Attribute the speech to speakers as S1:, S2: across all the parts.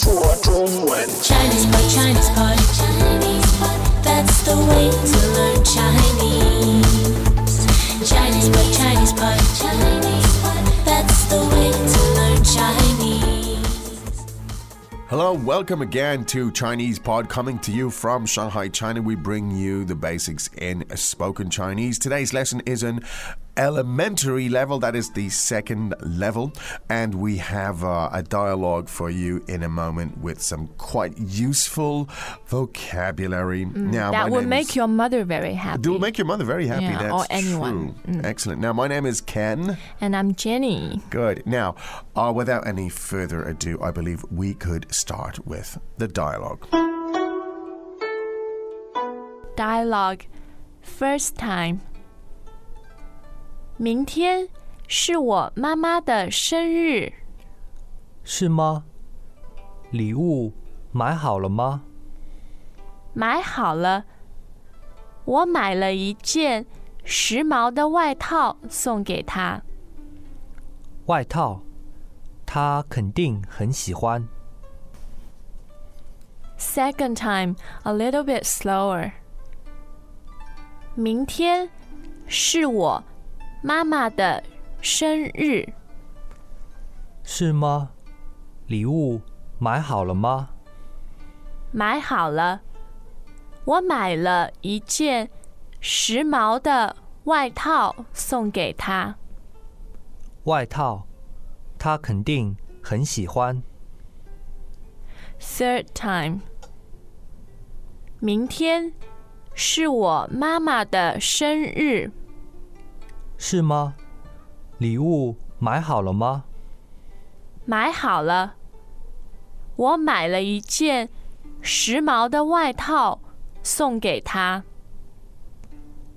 S1: 中文。
S2: Chinese pot, Chinese pot, Chinese pot. That's the way to learn Chinese. Chinese pot, Chinese pot, Chinese pot. That's the way to learn Chinese.
S1: Hello, welcome again to Chinese Pod, coming to you from Shanghai, China. We bring you the basics in spoken Chinese. Today's lesson is an elementary level, that is the second level, and we have uh, a dialogue for you in a moment with some quite useful vocabulary. now,
S3: Mm, that
S1: my
S3: will
S1: name
S3: make
S1: is-
S3: your mother very happy.
S1: It will make your mother very happy.
S3: Yeah,
S1: That's
S3: or anyone. Mm.
S1: true. Excellent. Now, my name is Ken.
S3: and I'm Jenny.
S1: Good. Now, uh, without any further ado, I believe we could start with the dialogue.
S3: Dialogue first time. 明天是我妈妈的生日，
S4: 是吗？礼物买好了吗？
S3: 买好了。我买了一件时髦的外套送给她。
S4: 外套，他肯定很喜欢。
S3: Second time, a little bit slower. 明天是我妈妈的生日，
S4: 是吗？礼物买好了吗？
S3: 买好了。我买了一件时髦的外套送给她。
S4: 外套，他肯定很喜欢。
S3: Third time. 明天是我妈妈的生日，
S4: 是吗？礼物买好了吗？
S3: 买好了。我买了一件时髦的外套送给她。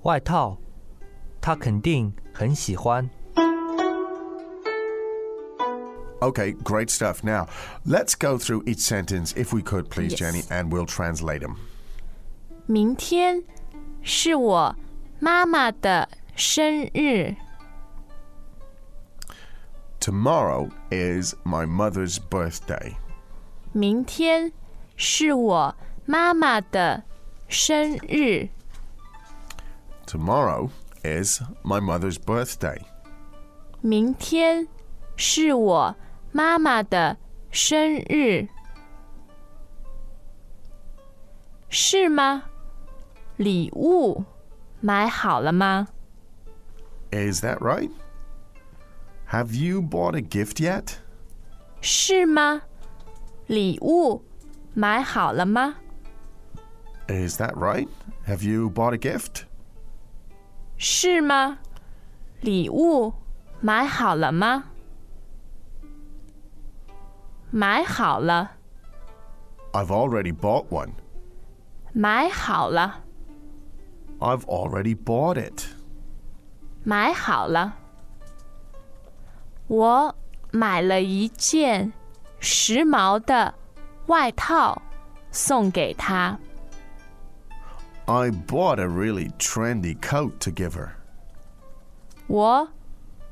S4: 外套，他肯定很喜欢。
S1: Okay, great stuff. Now, let's go through each sentence, if we could, please,
S3: Yes.
S1: Jenny, and we'll translate them.
S3: 明天是我妈妈的生日，
S1: Tomorrow is my mother's birthday.
S3: 明天是我妈妈的生日，
S1: Tomorrow is my mother's birthday.
S3: 明天是我妈妈的生日，是吗？礼物买好了吗？
S1: Is that right? Have you bought a gift yet?
S3: 是吗？礼物买好了吗？
S1: Is that right? Have you bought a gift?
S3: 是吗？礼物买好了吗？买好了，
S1: I've already bought one.
S3: 买好了，
S1: I've already bought it.
S3: 买好了。我买了一件时髦的外套送给她，
S1: I bought a really trendy coat to give her.
S3: 我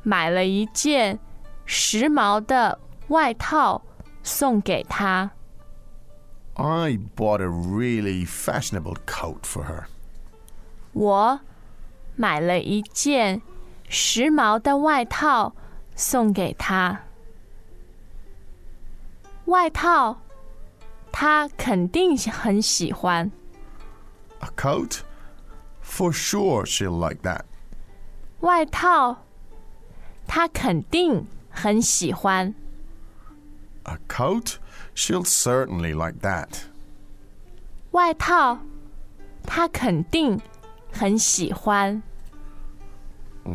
S3: 买了一件时髦的外套送给她，
S1: I bought a really fashionable coat for her.
S3: 我买了一件时髦的外套送给她。外套，她肯定很喜欢。
S1: A coat? For sure she'll like that.
S3: 外套，她肯定很喜欢。
S1: A coat? She'll certainly like that.
S3: 外套，她肯定很喜欢。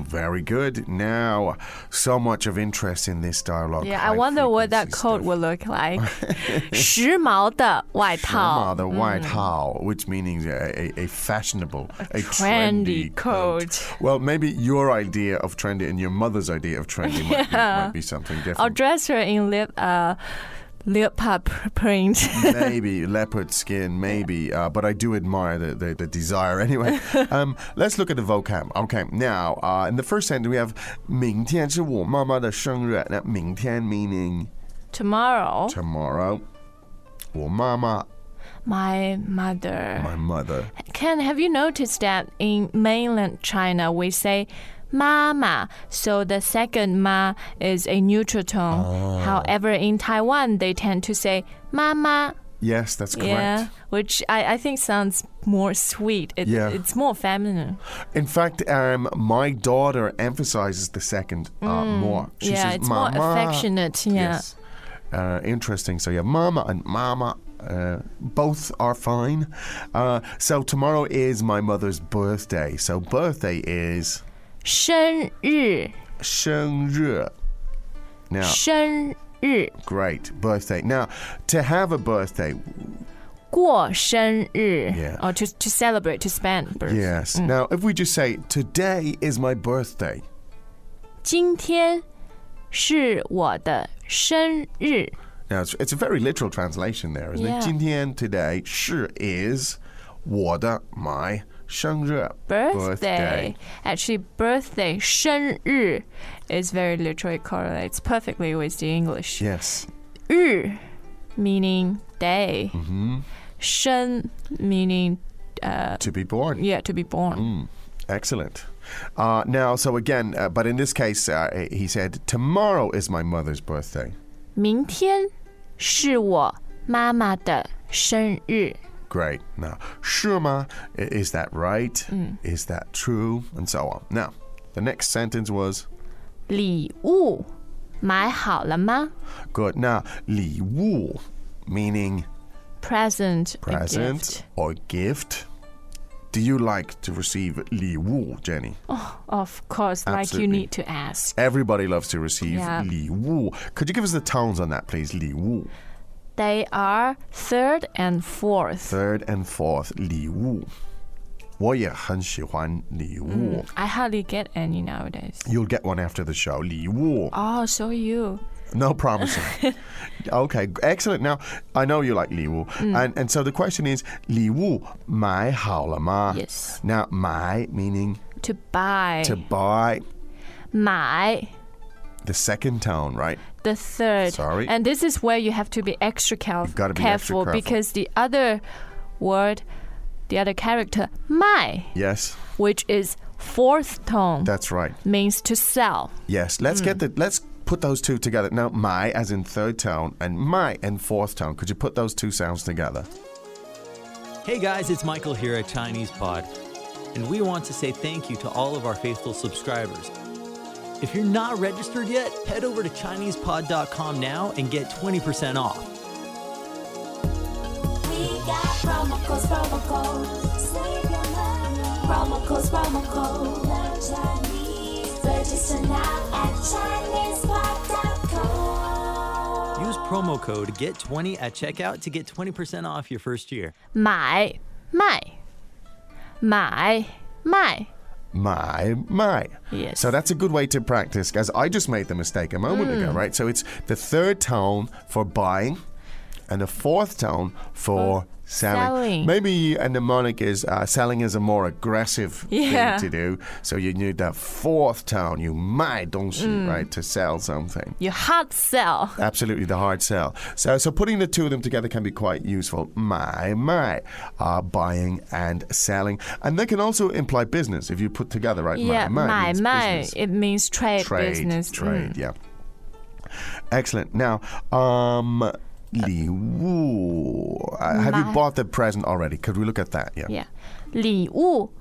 S1: Very good. Now, so much of interest in this dialogue. high frequency stuff.
S3: would look like. 时髦的外
S1: Shema,
S3: 套 mm.
S1: the white how, which means a, a, a fashionable, a,
S3: trendy
S1: Well, maybe your idea of trendy and your mother's idea of trendy might, be, might be something
S3: I'll
S1: different.
S3: dress her in lip, uh, leopard pr- print.
S1: maybe leopard skin, maybe, uh, but I do admire the, the, the desire anyway. Um, let's look at the vocab. Okay, now uh, in the first sentence we have 明天是我妈妈的生日. Now, 明天 meaning
S3: Tomorrow,
S1: tomorrow. 我妈妈
S3: My mother.
S1: ，my mother。
S3: Ken, have you noticed that in mainland China we say mama, so the second ma is a neutral tone.
S1: Ah.
S3: However, in Taiwan they tend to say mama.
S1: Yes, that's correct.
S3: Yeah, which I, I think sounds more sweet. It,
S1: Yeah.
S3: It's more feminine.
S1: In fact, um, my daughter emphasizes the second uh, more. She
S3: Mm. yeah,
S1: says,
S3: it's
S1: mama.
S3: more affectionate. Yeah.
S1: Yes. Uh, interesting. So, yeah, mama and mama. Uh, both are fine. Uh, so tomorrow is my mother's birthday. So birthday is
S3: 生日,
S1: 生日. Now,
S3: 生日,
S1: great birthday. Now, to have a birthday,
S3: 过生日,
S1: Yeah.
S3: or to, to celebrate, to spend birth.
S1: yes. Now, if we just say today is my birthday,
S3: 今天是我的生日。
S1: Now, it's, it's a very literal translation there, isn't
S3: Yeah.
S1: it? 今天 today, 是 is 我的 my 生日
S3: birthday. Actually, birthday 生日 is very literally correlates perfectly with the English.
S1: Yes.
S3: 日 meaning day. Shen meaning uh,
S1: To be born.
S3: yeah to be born.
S1: Mm, excellent. Uh, now, so again, uh, but in this case, uh, he said, tomorrow is my mother's birthday.
S3: 明天是我妈妈的生日。
S1: Great. Now, 是吗? I- Is that right?
S3: Mm.
S1: Is that true? And so on. Now, the next sentence was,
S3: 礼物买好了吗？
S1: good. Now, 礼物, meaning
S3: Present. a
S1: present
S3: gift.
S1: or gift. Do you like to receive 礼物, Jenny?
S3: Oh. Of course, like
S1: Absolutely.
S3: you need to ask.
S1: Everybody loves to receive
S3: Yeah.
S1: 礼物. Could you give us the tones on that, please? 礼物.
S3: They are third and fourth.
S1: Third and fourth, 礼物.我也很喜欢礼物.
S3: I hardly get any nowadays.
S1: You'll get one after the show. 礼物.
S3: Oh, so you.
S1: No promising. okay, excellent. Now, I know you like 礼物. And, and so the question is, 礼物买好了吗?
S3: Yes.
S1: Now, 买 meaning
S3: To buy.
S1: to buy.
S3: 买
S1: The second tone, right?
S3: the third.
S1: Sorry.
S3: And this is where you have to be extra caref-
S1: You've gotta be extra
S3: careful
S1: careful.
S3: because the other word, the other character, 卖,
S1: Yes,
S3: which is fourth tone,
S1: that's right.
S3: means to sell.
S1: Yes, let's get the let's put those two together. Now, my as in third tone and my and fourth tone. Could you put those two sounds together?
S5: Hey guys, it's Michael here at Chinese Pod, and we want to say thank you to all of our faithful subscribers. If you're not registered yet, head over to ChinesePod.com now and get 20% off.
S2: We got promo codes, promo codes. Save your money. Promo codes, promo codes. Learn Chinese. Register now at ChinesePod.com.
S5: Use promo code GET20 at checkout to get 20% off your first year.
S3: 买,卖,买,卖.
S1: My, my.
S3: Yes.
S1: So that's a good way to practice, as I just made the mistake a moment ago,
S3: Mm.
S1: right? So it's the third tone for buying and the fourth tone for selling.
S3: Oh, selling.
S1: Maybe a mnemonic is uh, selling is a more aggressive
S3: Yeah.
S1: thing to do. So you need that fourth tone, you my don't you,
S3: Mm.
S1: right, to sell something.
S3: You hard sell.
S1: Absolutely, the hard sell. So, so putting the two of them together can be quite useful. My, my, uh, buying and selling, and they can also imply business if you put together, right?
S3: Yeah, 买
S1: means
S3: 卖
S1: business.
S3: it means trade,
S1: trade,
S3: business. mm.
S1: trade. Yeah. Excellent. Now, um, 礼物. Uh, have you
S3: Uh, my-
S1: bought the present already? Could we look at that? Yeah.
S3: Yeah. 礼物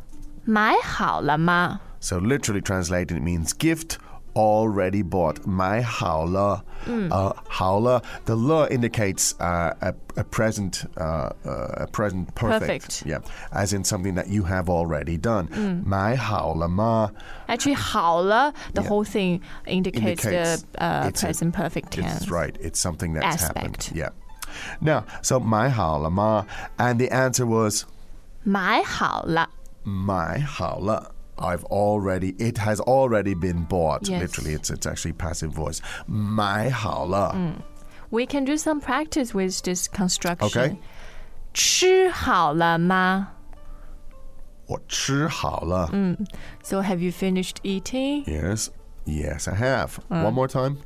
S3: 买好了吗?
S1: So, literally translated, it means gift already bought. My haula.
S3: Mm.
S1: Uh, haula. The la indicates uh, a, a present, uh, uh, a present perfect.
S3: Perfect. Mm.
S1: Yeah. As in something that you have already done. My haula ma.
S3: Actually, 好了, the whole thing indicates,
S1: Indicates
S3: the uh,
S1: it's a-
S3: present perfect tense.
S1: It's right. It's something that's happened.
S3: Aspect.
S1: Yeah. Now, so my haula ma. And the answer was
S3: 买好了,
S1: my haula. I've already, it has already been bought.
S3: Yes.
S1: Literally, it's, it's actually passive voice. My
S3: Mm.
S1: haula.
S3: We can do some practice with this construction.
S1: Okay.
S3: 吃好了吗?
S1: 我吃好了.
S3: So, have you finished eating?
S1: Yes. Yes, I have. One more time.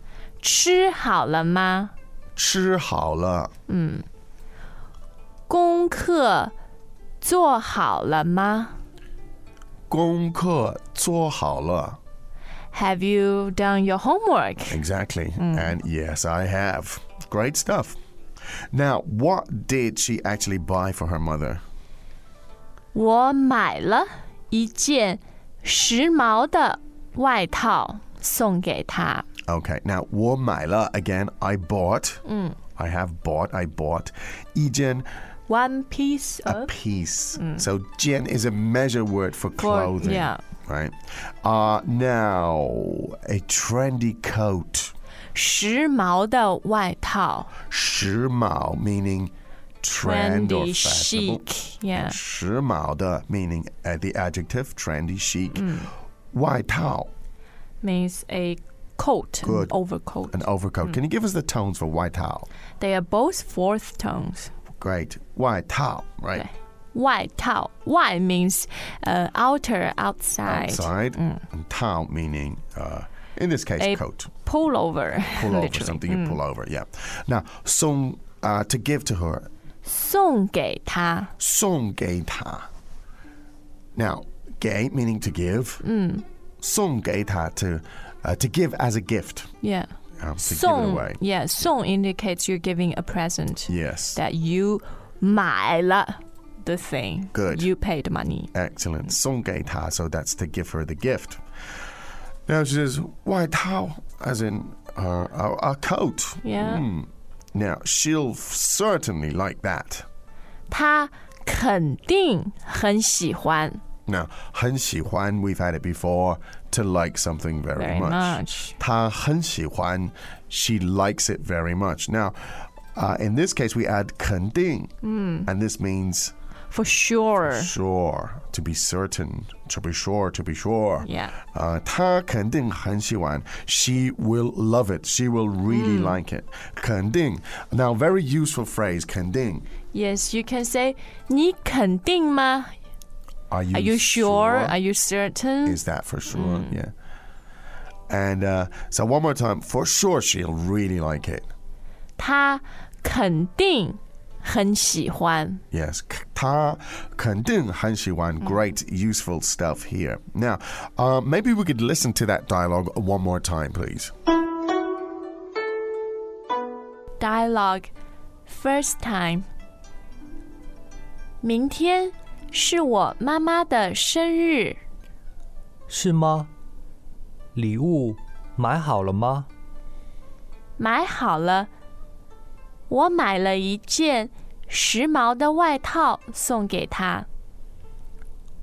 S3: 吃好了吗?
S1: 吃好了.
S3: 功课做好了吗
S1: 功课做好了。
S3: ？Have you done your homework?
S1: Exactly. And yes, I have. Great stuff. Now, what did she actually buy for her mother?
S3: 我买了一件时髦的外套送给她。
S1: Okay. Now, 我买了 again. I bought. I have bought. I bought. 一件
S3: One piece
S1: a
S3: of
S1: piece. So 件 is a measure word for clothing.
S3: yeah.
S1: Right. Uh, now, a trendy coat.
S3: 时髦的外套
S1: 时髦 meaning trend or
S3: Trendy,
S1: fashionable.
S3: chic, yeah.
S1: 时髦的 meaning uh, the adjective trendy chic.
S3: Mm.
S1: 外套
S3: means a coat, an
S1: Good.
S3: overcoat.
S1: an
S3: Mm.
S1: overcoat. Can you give us the tones for 外套?
S3: They are both fourth tones.
S1: Great. 外套, right?
S3: 外套,外 means uh, outer, outside.
S1: Outside. And 套 meaning uh, in this case
S3: Mm. A
S1: coat.
S3: Pullover.
S1: Pull over
S3: literally. Mm.
S1: something you pull over. Yeah. Now, song uh, to give to her
S3: 送给他,
S1: 送给她. Now, 给 meaning to give.
S3: Mm.
S1: 送给她 to uh, to give as a gift.
S3: yeah.
S1: Um, to give it
S3: 送,
S1: away.
S3: yeah, 送 indicates you're giving a present
S1: Yes.
S3: that you 买了 the thing.
S1: Good.
S3: You paid money.
S1: Excellent. 送给她, so that's to give her the gift. Now she says, "Why tao?" As in her our, our coat. Hmm.
S3: Yeah.
S1: Now she'll f- certainly like that.
S3: 他肯定很喜欢
S1: Now, 很喜欢, we've had it before, to like something very,
S3: very much.
S1: 她很喜欢, she likes it very much. Now, uh, in this case, we add 肯定, and this means
S3: For sure.
S1: sure, to be certain, to be sure, to be sure.
S3: Yeah.
S1: Uh, 她肯定很喜欢, she will love it, she will
S3: Mm.
S1: really like it. 肯定. Now, very useful phrase, 肯定.
S3: Yes, you can say 你肯定吗?
S1: Are you,
S3: Are you sure? Are you Mm. certain?
S1: is that for sure? Yeah. And uh, so one more time, for sure she'll really like it.
S3: 他肯定很喜欢。
S1: Yes, k- 她肯定很喜欢. Great, useful stuff here. Now, uh, maybe we could listen to that dialogue one more time, please.
S3: Dialogue first time. 明天是我妈妈的生日，
S4: 是吗？礼物买好了吗？
S3: 买好了。我买了一件时髦的外套送给她。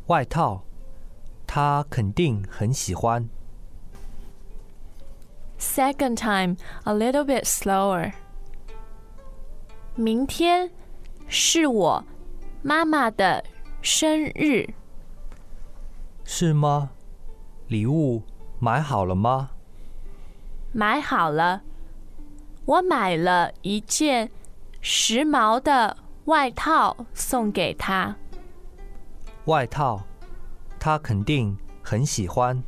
S4: 外套，她肯定很喜欢。
S3: Second time, a little bit slower. 明天是我妈妈的生日，
S4: 是吗？礼物买好了吗？
S3: 买好了。我买了一件时髦的外套送给她。
S4: 外套，她肯定很喜欢。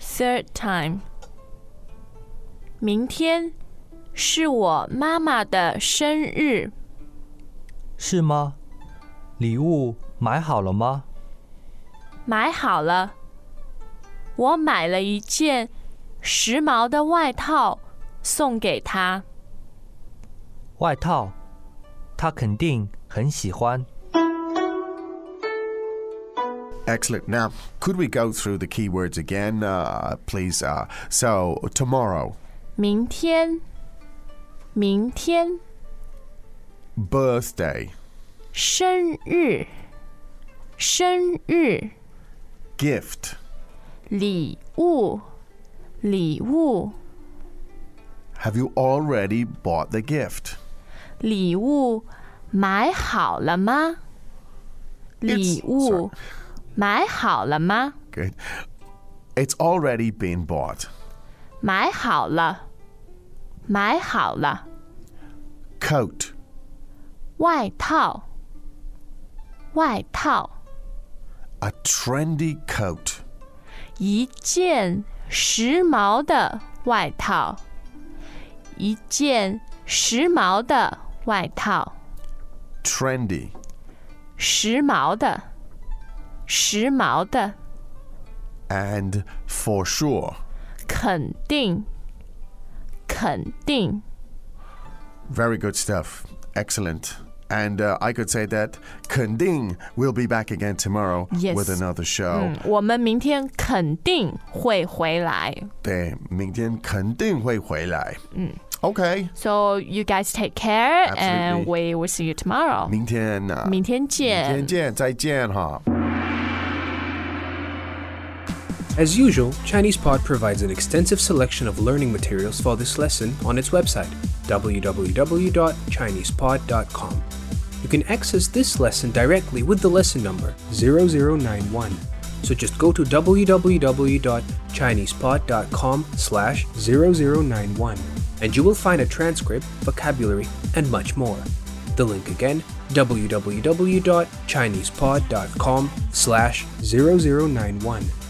S3: Third time. 明天是我妈妈的生日，
S4: 是吗？礼物买好了吗？
S3: 买好了。我买了一件时髦的外套送给她。
S4: 外套，她肯定很喜欢。
S1: Excellent. Now, could we go through the keywords again, uh, please? Uh, so, tomorrow,
S3: 明天，明天
S1: birthday,
S3: 生日，生日
S1: gift,
S3: 礼物，礼物
S1: have you already bought the gift?
S3: 礼物买好了吗？礼物买好了吗？
S1: Good. It's already been bought.
S3: 买好了，买好了。
S1: Coat,
S3: 外套，外套，
S1: a trendy coat.
S3: 一件时髦的外套，一件时髦的外套。
S1: trendy.
S3: 时髦的，时髦的，
S1: And for sure.
S3: 肯定，肯定，
S1: Very good stuff. Excellent. And uh, I could say that Kending will be back again tomorrow
S3: Yes. Mm.
S1: with another show.
S3: 嗯，我们明天肯定会回来。
S1: 对，明天肯定会回来。Okay.
S3: So you guys take care, and
S1: Absolutely.
S3: we will see you tomorrow.
S1: 明天啊，
S3: 明天见。
S1: 明天见，再见哈。
S6: As usual, ChinesePod provides an extensive selection of learning materials for this lesson on its website, www.chinesepod.com. You can access this lesson directly with the lesson number 0091. So just go to www.chinesepod.com slash 0091 and you will find a transcript, vocabulary, and much more. The link again, www.chinesepod.com slash 0091.